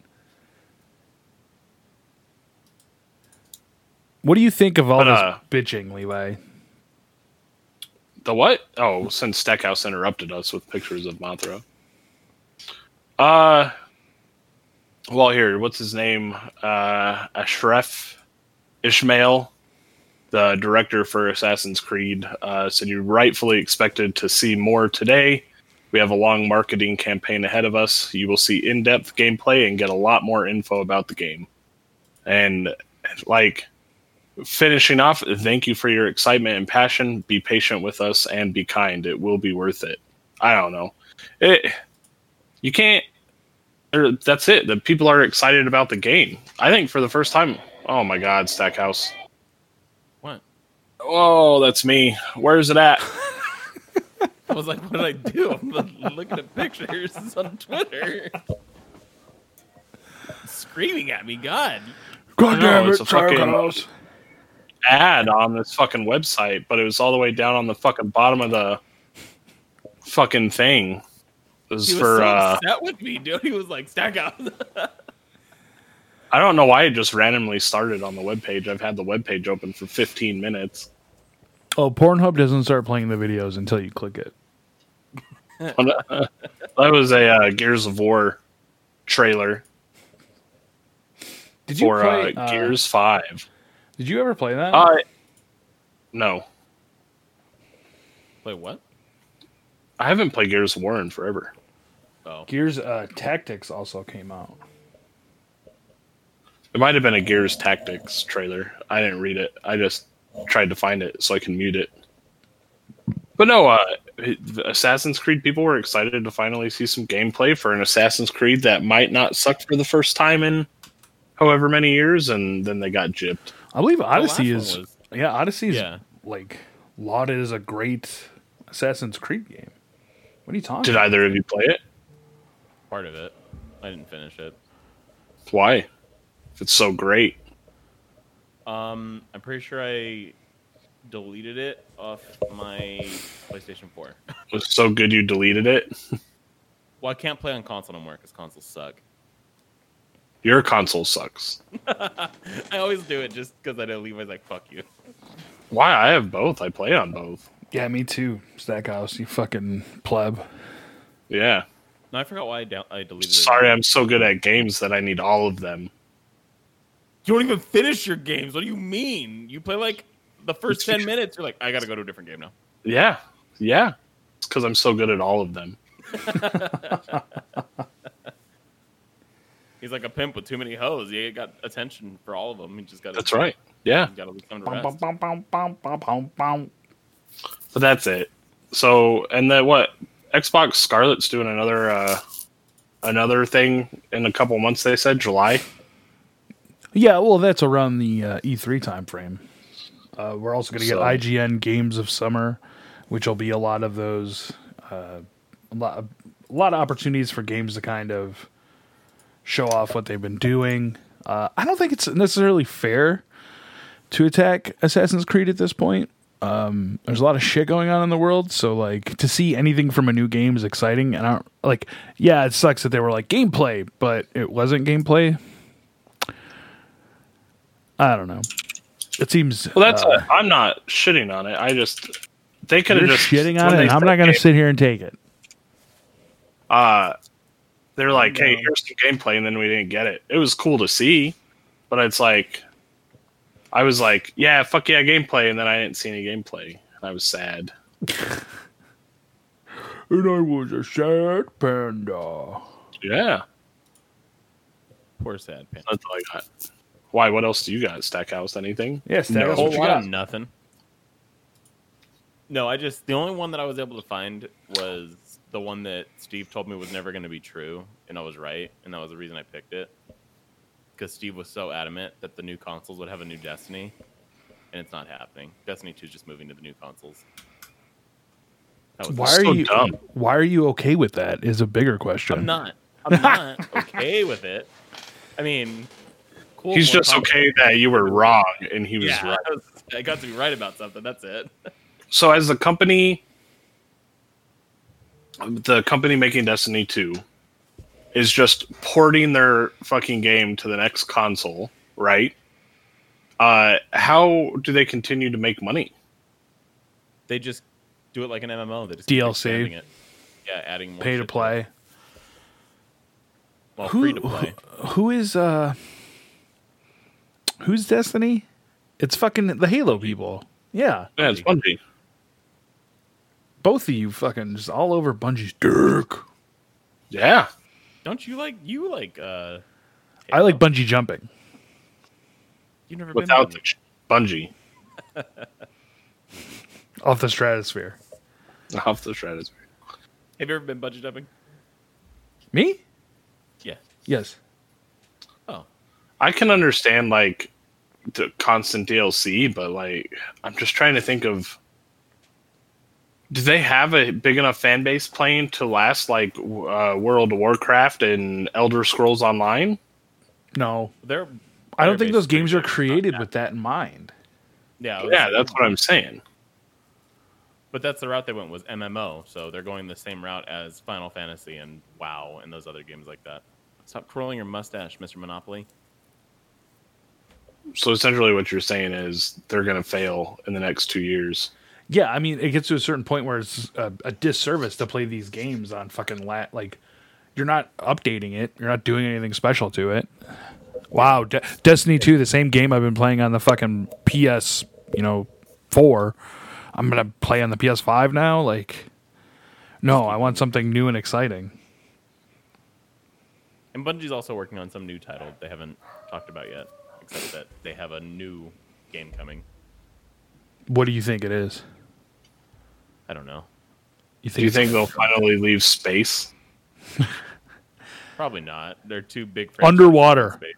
Speaker 1: What do you think of all
Speaker 2: But,
Speaker 1: this
Speaker 2: uh,
Speaker 1: bitching, Levi?
Speaker 2: The what? Oh, since Stackhouse interrupted us with pictures of Mothra. Uh, well, here, what's his name? Uh, Ashraf Ishmael, the director for Assassin's Creed, uh, said you rightfully expected to see more today. We have a long marketing campaign ahead of us. You will see in depth gameplay and get a lot more info about the game. And like finishing off, thank you for your excitement and passion. Be patient with us and be kind. It will be worth it. I don't know. It you can't there- that's it. The people are excited about the game. I think for the first time. Oh my god, Stackhouse.
Speaker 3: What?
Speaker 2: Oh, that's me. Where's it at?
Speaker 3: I was like, what did I do? I'm *laughs* looking at pictures *laughs* on Twitter. Screaming at me, God.
Speaker 1: God
Speaker 2: No,
Speaker 1: damn
Speaker 2: it's
Speaker 1: it,
Speaker 2: a fucking-
Speaker 1: Stackhouse.
Speaker 2: ad on this fucking website, but it was all the way down on the fucking bottom of the fucking thing. It was
Speaker 3: He was
Speaker 2: for
Speaker 3: so
Speaker 2: uh,
Speaker 3: upset with me, dude. He was like, stack *laughs* out.
Speaker 2: I don't know why it just randomly started on the webpage. I've had the webpage open for 15 minutes.
Speaker 1: Oh, Pornhub doesn't start playing the videos until you click it.
Speaker 2: that *laughs* was a uh, Gears of War trailer
Speaker 1: Did you
Speaker 2: for
Speaker 1: play Oh.
Speaker 2: uh, Gears 5.
Speaker 1: Did you ever play that?
Speaker 2: Uh, no,
Speaker 3: Wait, what?
Speaker 2: I haven't played Gears of War in forever.
Speaker 3: Oh.
Speaker 1: Gears uh, Tactics also came out.
Speaker 2: It might have been a Gears Tactics trailer. I didn't read it. I just tried to find it so I can mute it. But no, uh, Assassin's Creed people were excited to finally see some gameplay for an Assassin's Creed that might not suck for the first time in however many years, and then they got gypped.
Speaker 1: I believe Odyssey
Speaker 3: last
Speaker 1: is.
Speaker 3: one was-
Speaker 1: Yeah, Odyssey is
Speaker 3: Yeah.
Speaker 1: like lauded as a great Assassin's Creed game. What are you talking?
Speaker 2: Did
Speaker 1: about?
Speaker 2: either of you play it?
Speaker 3: Part of it. I didn't finish it.
Speaker 2: Why? If it's so great.
Speaker 3: Um, I'm pretty sure I deleted it off my PlayStation 4.
Speaker 2: It was so good you deleted it.
Speaker 3: Well, I can't play on console anymore because consoles suck. *laughs*
Speaker 2: Your console sucks.
Speaker 3: I always do it just because I don't leave. I was like, fuck you.
Speaker 2: Why? I have both. I play on both.
Speaker 1: Yeah, me too. Stackhouse, you fucking pleb.
Speaker 2: Yeah.
Speaker 3: No, I forgot why I, down- I deleted it.
Speaker 2: Sorry, I'm so good at games that I need all of them.
Speaker 3: You don't even finish your games. What do you mean? You play like the first 10 minutes. You're like, I got to go to a different game now.
Speaker 2: Yeah, yeah. It's because I'm so good at all of them.
Speaker 3: He's like a pimp with too many hoes. He got attention for all of them. He just got
Speaker 2: That's right. Yeah,
Speaker 3: Got to leave some to
Speaker 1: Bum,
Speaker 3: rest.
Speaker 1: bum, bum, bum, bum, bum, bum, bum.
Speaker 2: but that's it. So, and then what? Xbox Scarlet's doing another uh another thing in a couple months. They said July.
Speaker 1: Yeah, well, that's around the uh, E3 time frame. Uh, we're also going to get
Speaker 2: So-
Speaker 1: IGN Games of Summer, which will be a lot of those, uh, a, lot of, a lot of opportunities for games to kind of show off what they've been doing. Uh, I don't think it's necessarily fair to attack Assassin's Creed at this point. Um, there's a lot of shit going on in the world, so like to see anything from a new game is exciting. And I don't like, yeah, it sucks that they were like gameplay, but it wasn't gameplay. I don't know. It seems
Speaker 2: Well, that's
Speaker 1: uh,
Speaker 2: i I'm not shitting on it. I just they could
Speaker 1: you're
Speaker 2: have just
Speaker 1: shitting on
Speaker 2: when
Speaker 1: it.
Speaker 2: they
Speaker 1: and I'm
Speaker 2: said
Speaker 1: not going
Speaker 2: game-
Speaker 1: to sit here and take it.
Speaker 2: Uh, they're like, hey,
Speaker 1: No.
Speaker 2: here's some gameplay, and then we didn't get it. It was cool to see, but it's like, I was like, yeah, fuck yeah, gameplay, and then I didn't see any gameplay, and I was sad.
Speaker 1: And I was a sad panda.
Speaker 2: Yeah.
Speaker 3: Poor sad pimp.
Speaker 2: That's all I got. Why? What else do you got, Stackhouse? Anything?
Speaker 1: Yeah, Stackhouse,
Speaker 2: No.
Speaker 1: what you got?
Speaker 3: Nothing. No, I just the only one that I was able to find was the one that Steve told me was never going to be true, and I was right, and that was the reason I picked it. Because Steve was so adamant that the new consoles would have a new Destiny, and it's not happening. Destiny Two is just moving to the new consoles. That was
Speaker 1: Why are
Speaker 2: so
Speaker 1: you?
Speaker 2: dumb.
Speaker 1: Why are you okay with that? Is a bigger question.
Speaker 3: I'm not. I'm
Speaker 2: *laughs*
Speaker 3: not okay with it. I mean, cool.
Speaker 2: He's
Speaker 3: more
Speaker 2: just
Speaker 3: consoles.
Speaker 2: okay that you were wrong and he was
Speaker 3: Yeah,
Speaker 2: right.
Speaker 3: I, was- I got to be right about something. That's it.
Speaker 2: So, as the company, the company making Destiny 2 is just porting their fucking game to the next console, right? Uh, how do they continue to make money?
Speaker 3: they just do it like an MMO. They just keep
Speaker 1: DLC.
Speaker 3: expanding it. Yeah, adding more
Speaker 1: Pay
Speaker 3: shit
Speaker 1: to play.
Speaker 3: it. Well,
Speaker 1: Who-
Speaker 3: free
Speaker 2: *laughs*
Speaker 3: to play.
Speaker 1: Who is uh? Who's Destiny? It's fucking the Halo people. Yeah,
Speaker 2: Yeah, it's Bungie.
Speaker 1: both of you fucking just all over Bungie's dick.
Speaker 2: Yeah.
Speaker 3: Don't you like you like uh
Speaker 1: I like bungee jumping.
Speaker 3: you never been
Speaker 2: Without the
Speaker 3: bungee.
Speaker 2: ch- bungee
Speaker 1: Off the stratosphere.
Speaker 2: off the shredders.
Speaker 3: Have you ever been bungee jumping?
Speaker 1: Me?
Speaker 3: Yeah.
Speaker 1: Yes.
Speaker 3: Oh.
Speaker 2: I can understand like the constant DLC, but like I'm just trying to think of do they have a big enough fan base playing to last like w- uh, World of Warcraft and Elder Scrolls Online?
Speaker 1: No.
Speaker 3: They're
Speaker 1: I don't
Speaker 3: they're
Speaker 1: think those
Speaker 3: basically
Speaker 1: games are
Speaker 3: just not
Speaker 1: created
Speaker 3: that.
Speaker 1: with that in mind.
Speaker 3: Yeah, I was
Speaker 2: Yeah,
Speaker 3: saying-
Speaker 2: that's what I'm saying.
Speaker 3: But that's the route they went was MMO, so they're going the same route as Final Fantasy and WoW and those other games like that. Stop curling your mustache, Mr. Monopoly.
Speaker 2: So essentially, what you're saying is they're going to fail in the next two years.
Speaker 1: Yeah, I mean, it gets to a certain point where it's a, a disservice to play these games on fucking lat. Like, you're not updating it. You're not doing anything special to it. Wow, De- Destiny Two, the same game I've been playing on the fucking PS, you know, four. I'm gonna play on the PS five now. Like, no, I want something new and exciting.
Speaker 3: And Bungie's also working on some new title they haven't talked about yet, except that they have a new game coming.
Speaker 1: What do you think it is?
Speaker 3: I don't know.
Speaker 1: You
Speaker 2: Do you
Speaker 1: it's-
Speaker 2: think they'll finally leave space?
Speaker 3: Probably not. They're too big for
Speaker 1: Underwater.
Speaker 3: space.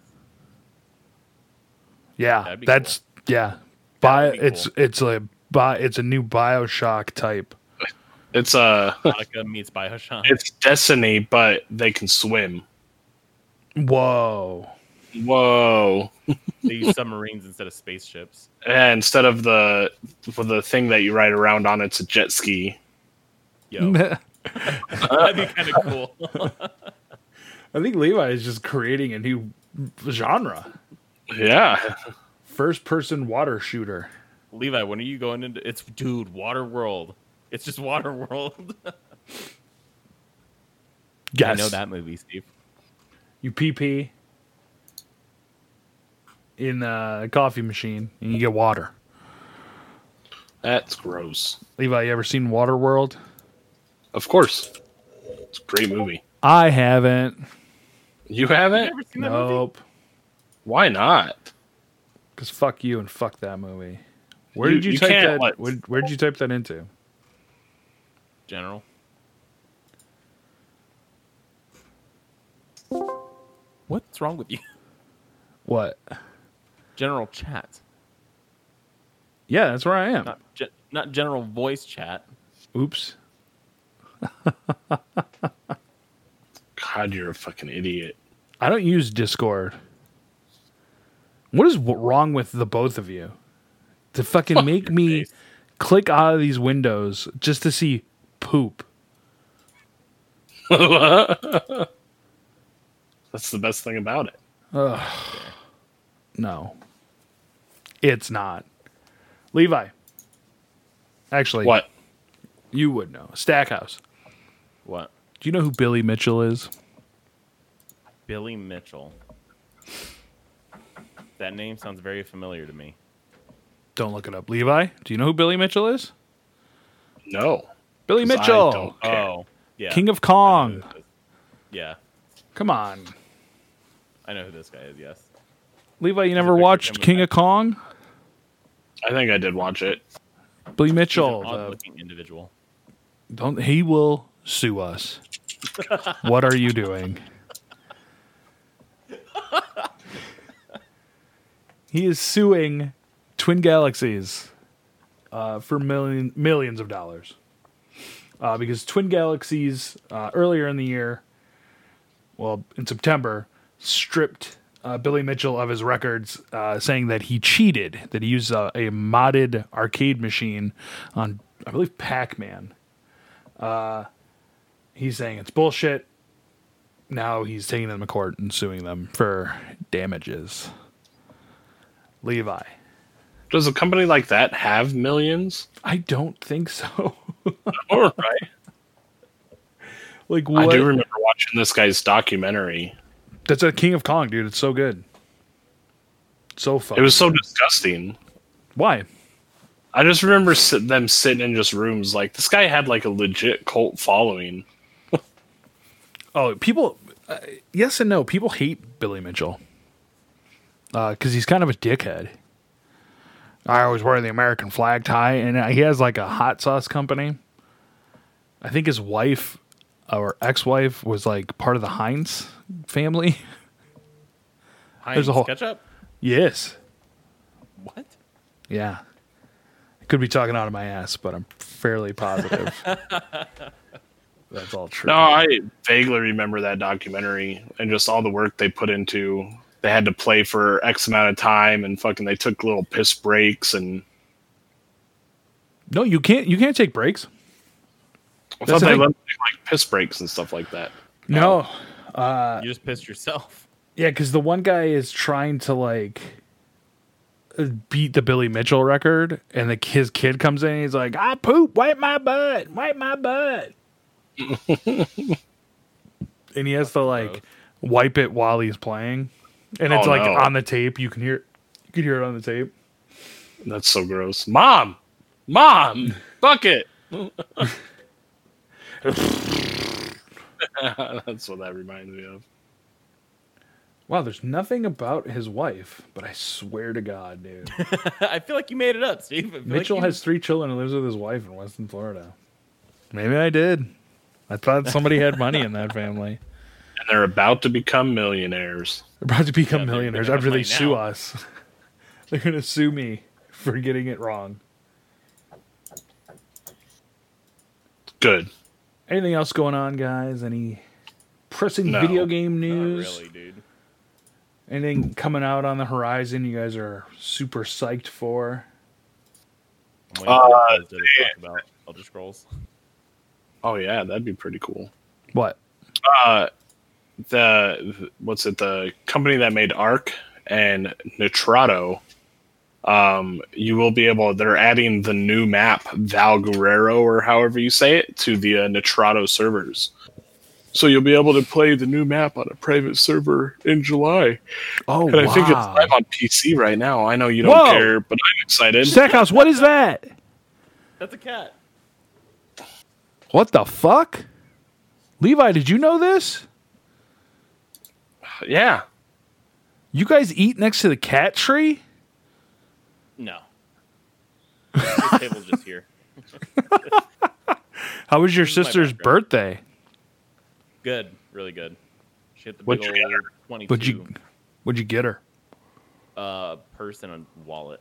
Speaker 1: Yeah,
Speaker 3: That'd be
Speaker 1: that's yeah. Bio,
Speaker 3: would be
Speaker 1: it's it's a bi, it's a new Bioshock type.
Speaker 2: It's uh, *laughs*
Speaker 3: Monica meets Bioshock.
Speaker 2: it's Destiny, but they can swim.
Speaker 1: Whoa.
Speaker 2: Whoa!
Speaker 3: they use submarines instead of spaceships.
Speaker 2: And instead of the for the thing that you ride around on, it's a jet ski.
Speaker 1: *laughs*
Speaker 3: Yo, *laughs* that'd be kind of cool. *laughs*
Speaker 1: I think Levi is just creating a new genre.
Speaker 2: Yeah,
Speaker 1: First person water shooter.
Speaker 3: Levi, when are you going into? It's dude, Water World. It's just Water World.
Speaker 1: Yes.
Speaker 3: *laughs* I know that movie, Steve.
Speaker 1: You PP in the coffee machine and you get water.
Speaker 2: that's gross.
Speaker 1: Levi, you ever seen Waterworld?
Speaker 2: Of course, it's a great movie.
Speaker 1: I haven't.
Speaker 2: You
Speaker 3: You
Speaker 2: haven't?
Speaker 3: ever seen that movie?
Speaker 1: Nope.
Speaker 2: Why not?
Speaker 1: Because fuck you and fuck that movie. Where
Speaker 2: You-
Speaker 1: did you,
Speaker 2: you
Speaker 1: type
Speaker 2: can't
Speaker 1: that?
Speaker 2: let-
Speaker 1: Where, where'd you type that into?
Speaker 3: General. What's wrong with you? *laughs*
Speaker 1: What?
Speaker 3: General chat,
Speaker 1: Yeah, that's where I am.
Speaker 3: not ge- not general voice chat.
Speaker 1: Oops.
Speaker 2: God, you're a fucking idiot.
Speaker 1: I don't use Discord. What is w- wrong with the both of you? To fucking make me
Speaker 3: face.
Speaker 1: click out of these windows just to see poop.
Speaker 2: That's the best thing about it.
Speaker 1: No. It's not. Levi. Actually,
Speaker 2: What?
Speaker 1: you would know. Stackhouse.
Speaker 3: What?
Speaker 1: Do you know who Billy Mitchell is?
Speaker 3: Billy Mitchell. That name sounds very familiar to me.
Speaker 1: Don't look it up. Levi, do you know who Billy Mitchell is?
Speaker 2: No.
Speaker 1: Billy
Speaker 2: 'Cause I
Speaker 1: Mitchell,
Speaker 2: don't. Okay.
Speaker 3: Oh, yeah.
Speaker 1: King of
Speaker 3: I know who
Speaker 1: Kong.
Speaker 3: this is. Yeah,
Speaker 1: Come on.
Speaker 3: I know who this guy is. Yes.
Speaker 1: Levi, you never
Speaker 3: picture
Speaker 1: watched
Speaker 3: coming
Speaker 1: King
Speaker 3: back.
Speaker 1: of Kong?
Speaker 2: I think I did watch it.
Speaker 1: Billy
Speaker 3: He's an
Speaker 1: Mitchell, the-
Speaker 3: odd-looking individual.
Speaker 1: Don't he will sue us. what are you doing? he is suing Twin Galaxies uh, for million, millions of dollars uh, because Twin Galaxies uh, earlier in the year, well, in September, stripped uh, Billy Mitchell of his records, uh, saying that he cheated, that he used a, a modded arcade machine on, I believe, Pac Man he's saying it's bullshit. Now he's taking them to court and suing them for damages. Levi.
Speaker 2: Does a company like that have millions?
Speaker 1: I don't think so. *laughs*
Speaker 2: All Oh, right.
Speaker 1: like
Speaker 2: I
Speaker 1: what?
Speaker 2: do remember watching this guy's documentary.
Speaker 1: That's a King of Kong, dude. It's so good. So fun.
Speaker 2: It was so disgusting.
Speaker 1: Why?
Speaker 2: I just remember sit- them sitting in just rooms like this guy had like a legit cult following.
Speaker 1: Oh, people. Uh, yes and no. People hate Billy Mitchell because he's kind of a dickhead. I always wear the American flag tie, and he has like a hot sauce company. I think his wife or ex-wife was like part of the Heinz family. *laughs*
Speaker 3: Heinz
Speaker 1: a whole-
Speaker 3: ketchup.
Speaker 1: yes.
Speaker 3: What?
Speaker 1: Yeah. I could be talking out of my ass, but I'm fairly positive. That's all true.
Speaker 2: No, I vaguely remember that documentary and just all the work they put into. They had to play for X amount of time and fucking they took little piss breaks and
Speaker 1: No, you can't you can't take breaks.
Speaker 2: I
Speaker 1: That's
Speaker 2: thought
Speaker 1: the
Speaker 2: they
Speaker 1: thing.
Speaker 2: let them take, like piss breaks and stuff like that.
Speaker 1: No.
Speaker 3: you just pissed yourself. *laughs*
Speaker 1: Yeah, because the one guy is trying to like uh, beat the Billy Mitchell record, and the his kid comes in. And he's like, "I poop, wipe my butt, wipe my butt," and he has to like wipe it while he's playing, and it's
Speaker 2: Oh,
Speaker 1: like
Speaker 2: no.
Speaker 1: on the tape. You can hear, you can hear it on the tape.
Speaker 2: That's so gross. Mom, mom, *laughs* bucket. That's what that reminds me of.
Speaker 1: Wow, there's nothing about his wife, but I swear to God, dude,
Speaker 3: I feel like you made it up, Steve. I feel like
Speaker 1: Mitchell
Speaker 3: you-
Speaker 1: has three children and lives with his wife in Weston, Florida. Maybe I did. I thought somebody had money in that family.
Speaker 2: And they're about to become millionaires.
Speaker 1: They're about to become
Speaker 3: Yeah, they're-
Speaker 1: millionaires
Speaker 3: they're
Speaker 1: after
Speaker 3: gonna
Speaker 1: they
Speaker 3: fight
Speaker 1: sue
Speaker 3: now.
Speaker 1: us. *laughs* they're going to sue me for getting it wrong.
Speaker 2: Good.
Speaker 1: Anything else going on, guys? Any pressing
Speaker 2: No.
Speaker 1: video game
Speaker 3: Not
Speaker 1: news?
Speaker 3: really, dude.
Speaker 1: Anything coming out on the horizon you guys are super psyched for?
Speaker 3: I'm waiting for you guys to talk about Elder Scrolls.
Speaker 2: Oh yeah, that'd be pretty cool.
Speaker 1: What?
Speaker 2: Uh, the what's it? The company that made Arc and Nitrato. Um, you will be able. They're adding the new map Val Guerrero or however you say it to the uh, Nitrato servers. So you'll be able to play the new map on a private server in July,
Speaker 1: Oh,
Speaker 2: and I think it's
Speaker 1: wow.
Speaker 2: live on PC right now. I know you don't
Speaker 1: Whoa.
Speaker 2: care, but I'm excited.
Speaker 1: Stackhouse, what is that?
Speaker 3: That's a cat.
Speaker 1: What the fuck? Levi, did you know this?
Speaker 2: Yeah,
Speaker 1: You guys eat next to the cat tree?
Speaker 3: No. this table's just here.
Speaker 1: How was your
Speaker 3: my
Speaker 1: sister's
Speaker 3: background.
Speaker 1: birthday?
Speaker 3: Good, really good. She hit the
Speaker 2: What'd
Speaker 3: big
Speaker 2: you get her?
Speaker 3: old twenty-two
Speaker 1: What'd you, what'd you get her?
Speaker 3: uh, purse and a wallet.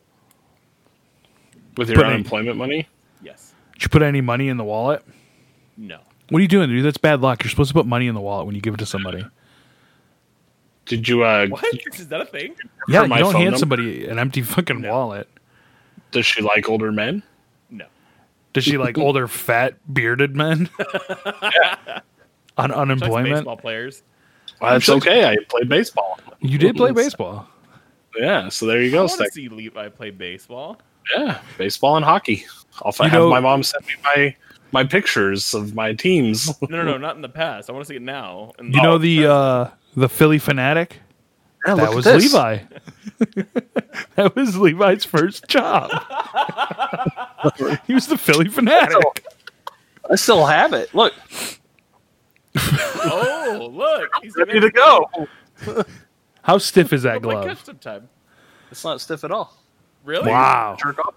Speaker 2: with your
Speaker 1: But I-
Speaker 2: unemployment money.
Speaker 3: Yes.
Speaker 1: Did you put any money in the wallet?
Speaker 3: No.
Speaker 1: What are you doing, dude? That's bad luck. You're supposed to put money in the wallet when you give it to
Speaker 2: *laughs*
Speaker 1: somebody.
Speaker 2: Did you uh?
Speaker 3: What is that a thing?
Speaker 1: Yeah,
Speaker 2: For
Speaker 1: you
Speaker 2: my
Speaker 1: don't
Speaker 2: phone
Speaker 1: hand
Speaker 2: number?
Speaker 1: somebody an empty fucking wallet.
Speaker 2: Does she like older men?
Speaker 3: No.
Speaker 1: Does she
Speaker 2: *laughs*
Speaker 1: like older, fat, bearded men on
Speaker 3: She likes
Speaker 1: unemployment?
Speaker 3: baseball players.
Speaker 2: Well, that's okay. I played baseball.
Speaker 1: You did play baseball.
Speaker 2: Yeah, so there you
Speaker 3: I
Speaker 2: go.
Speaker 3: want to
Speaker 2: Stack.
Speaker 3: see Levi play baseball.
Speaker 2: Yeah, baseball and hockey. I'll fi-
Speaker 1: You
Speaker 2: have
Speaker 1: know-
Speaker 2: my mom send me my my pictures of my teams. *laughs*
Speaker 3: No, no, no, not in the past. I want to see it now. And
Speaker 2: Oh,
Speaker 1: You know the uh, the Philly fanatic. that was Levi. *laughs* that was Levi's first
Speaker 2: *laughs*
Speaker 1: job. he was the Philly fanatic.
Speaker 2: I still have it. Look,
Speaker 3: *laughs* oh look, he's
Speaker 2: ready to go.
Speaker 1: How stiff is
Speaker 2: Oh
Speaker 1: that
Speaker 3: Like
Speaker 1: glove?
Speaker 3: catch sometime.
Speaker 2: It's not stiff at all.
Speaker 3: Really?
Speaker 1: Wow.
Speaker 2: Jerk off.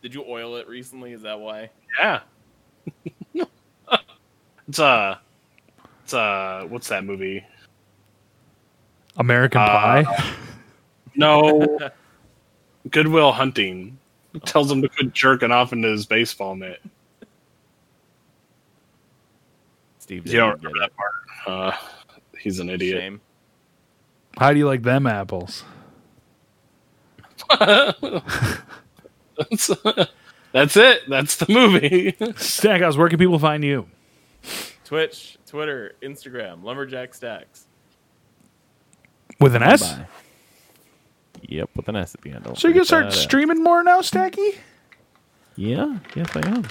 Speaker 3: Did you oil it recently? Is that why?
Speaker 2: Yeah. *laughs* it's uh, it's uh, what's that movie?
Speaker 1: American
Speaker 2: Uh,
Speaker 1: Pie. *laughs*
Speaker 2: No, Goodwill Hunting tells him to quit jerking off into his baseball net.
Speaker 3: Steve,
Speaker 2: You don't remember that part. Uh, he's an idiot.
Speaker 3: Shame.
Speaker 1: How do you like them apples?
Speaker 2: That's, *laughs* that's it. That's the movie. *laughs*
Speaker 1: Stackhouse, where can people find you?
Speaker 3: Twitch, Twitter, Instagram, Lumberjack Stacks.
Speaker 1: With an S?
Speaker 3: Yep, with an S at the end.
Speaker 1: So you gonna start streaming more now, Stacky?
Speaker 3: Yeah, yes I am.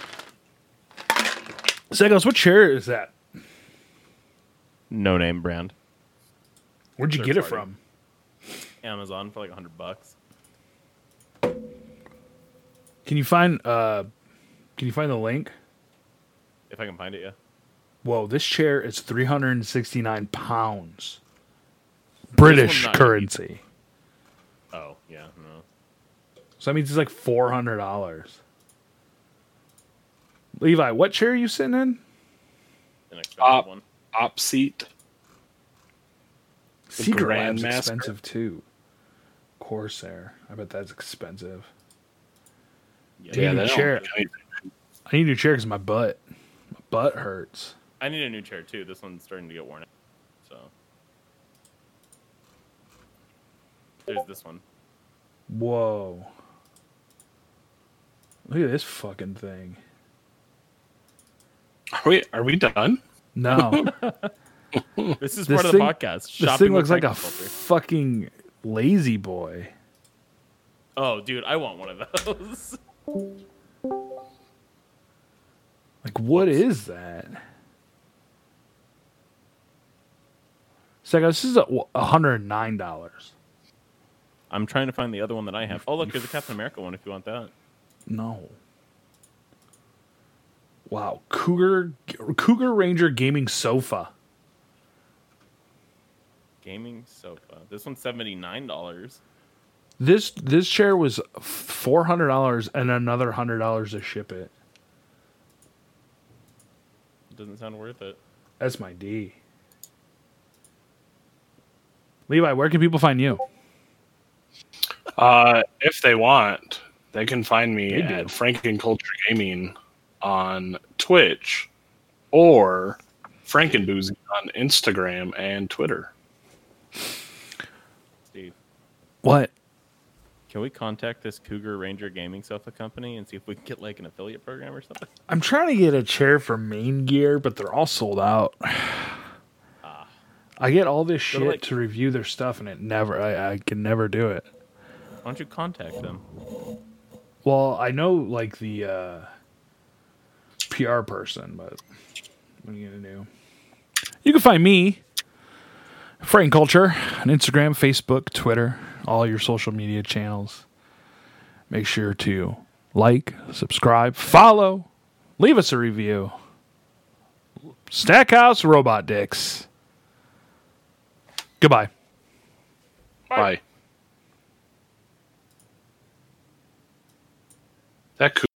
Speaker 1: Segos, what chair is that?
Speaker 3: No name brand.
Speaker 1: Where'd you
Speaker 3: Third
Speaker 1: get it
Speaker 3: party.
Speaker 1: from?
Speaker 3: Amazon for like hundred bucks.
Speaker 1: Can you find uh can you find the link?
Speaker 3: If I can find it, yeah.
Speaker 1: Whoa, this chair is 369 pounds.
Speaker 3: one's
Speaker 1: British
Speaker 3: not cheap.
Speaker 1: currency.
Speaker 3: Oh, yeah. No.
Speaker 1: So that means it's like four hundred dollars. Levi, what chair are you sitting in?
Speaker 3: An expensive
Speaker 1: Uh,
Speaker 2: Op-
Speaker 3: one.
Speaker 2: Op seat.
Speaker 1: Secret Lab's
Speaker 2: Grandmaster.
Speaker 1: expensive too. Corsair. I bet that's expensive.
Speaker 3: Yeah.
Speaker 1: Yeah,
Speaker 2: that
Speaker 1: that
Speaker 2: don't
Speaker 1: chair.
Speaker 2: make any-
Speaker 1: I need a new chair because my butt, my butt hurts.
Speaker 3: I need a new chair too. This one's starting to get worn out. So there's
Speaker 1: *laughs*
Speaker 3: this one.
Speaker 1: Whoa. Look at this fucking thing.
Speaker 2: Are we are we done?
Speaker 1: *laughs* No,
Speaker 3: This is
Speaker 1: This
Speaker 3: part of the
Speaker 1: thing-
Speaker 3: podcast.
Speaker 1: this
Speaker 3: Shopping
Speaker 1: thing
Speaker 3: with
Speaker 1: looks like a
Speaker 3: agriculture.
Speaker 1: fucking lazy boy.
Speaker 3: oh, dude, I want one of those. *laughs*
Speaker 1: Like, what is that? Second, this is a hundred and nine dollars.
Speaker 3: I'm trying to find the other one that I have. Oh, look, there's a Captain America one if you want that.
Speaker 1: No. Wow, Cougar Cougar Ranger gaming sofa.
Speaker 3: Gaming sofa. This one's seventy nine dollars.
Speaker 1: This this chair was four hundred dollars and another hundred dollars to ship it.
Speaker 3: Doesn't sound worth it.
Speaker 1: That's my D. Levi, where can people find you?
Speaker 2: Uh, if they want, they can find me
Speaker 1: They do.
Speaker 2: at Franken Culture Gaming on Twitch or Frankenboozy on Instagram and Twitter.
Speaker 3: Steve,
Speaker 1: What?
Speaker 3: can we contact this Cougar Ranger Gaming Sofa Company and see if we can get like an affiliate program or something?
Speaker 1: I'm trying to get a chair for main gear, but they're all sold out. *sighs* I get all this shit
Speaker 3: They're like-
Speaker 1: Ah. to review their stuff, and it never. I, I can never do it.
Speaker 3: Why don't you contact them?
Speaker 1: Well, I know like the uh, PR person, but what are you gonna do? You can find me, Frank Culture, on Instagram, Facebook, Twitter, all your social media channels. Make sure to like, subscribe, follow, leave us a review. Stackhouse Robot Dicks. Goodbye.
Speaker 2: Bye. That could.